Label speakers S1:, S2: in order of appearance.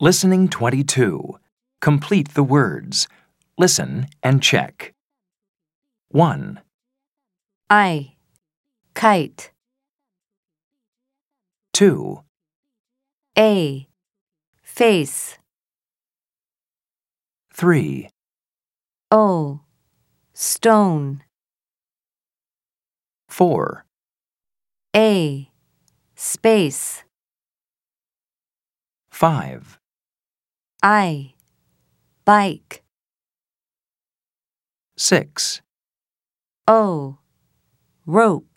S1: Listening 22. Complete the words. Listen and check. 1,
S2: I. Kite.
S1: 2,
S2: A. Face.
S1: 3,
S2: O. Stone.
S1: 4,
S2: A. Space.
S1: 5,
S2: I. Bike.
S1: 6.
S2: O. Rope.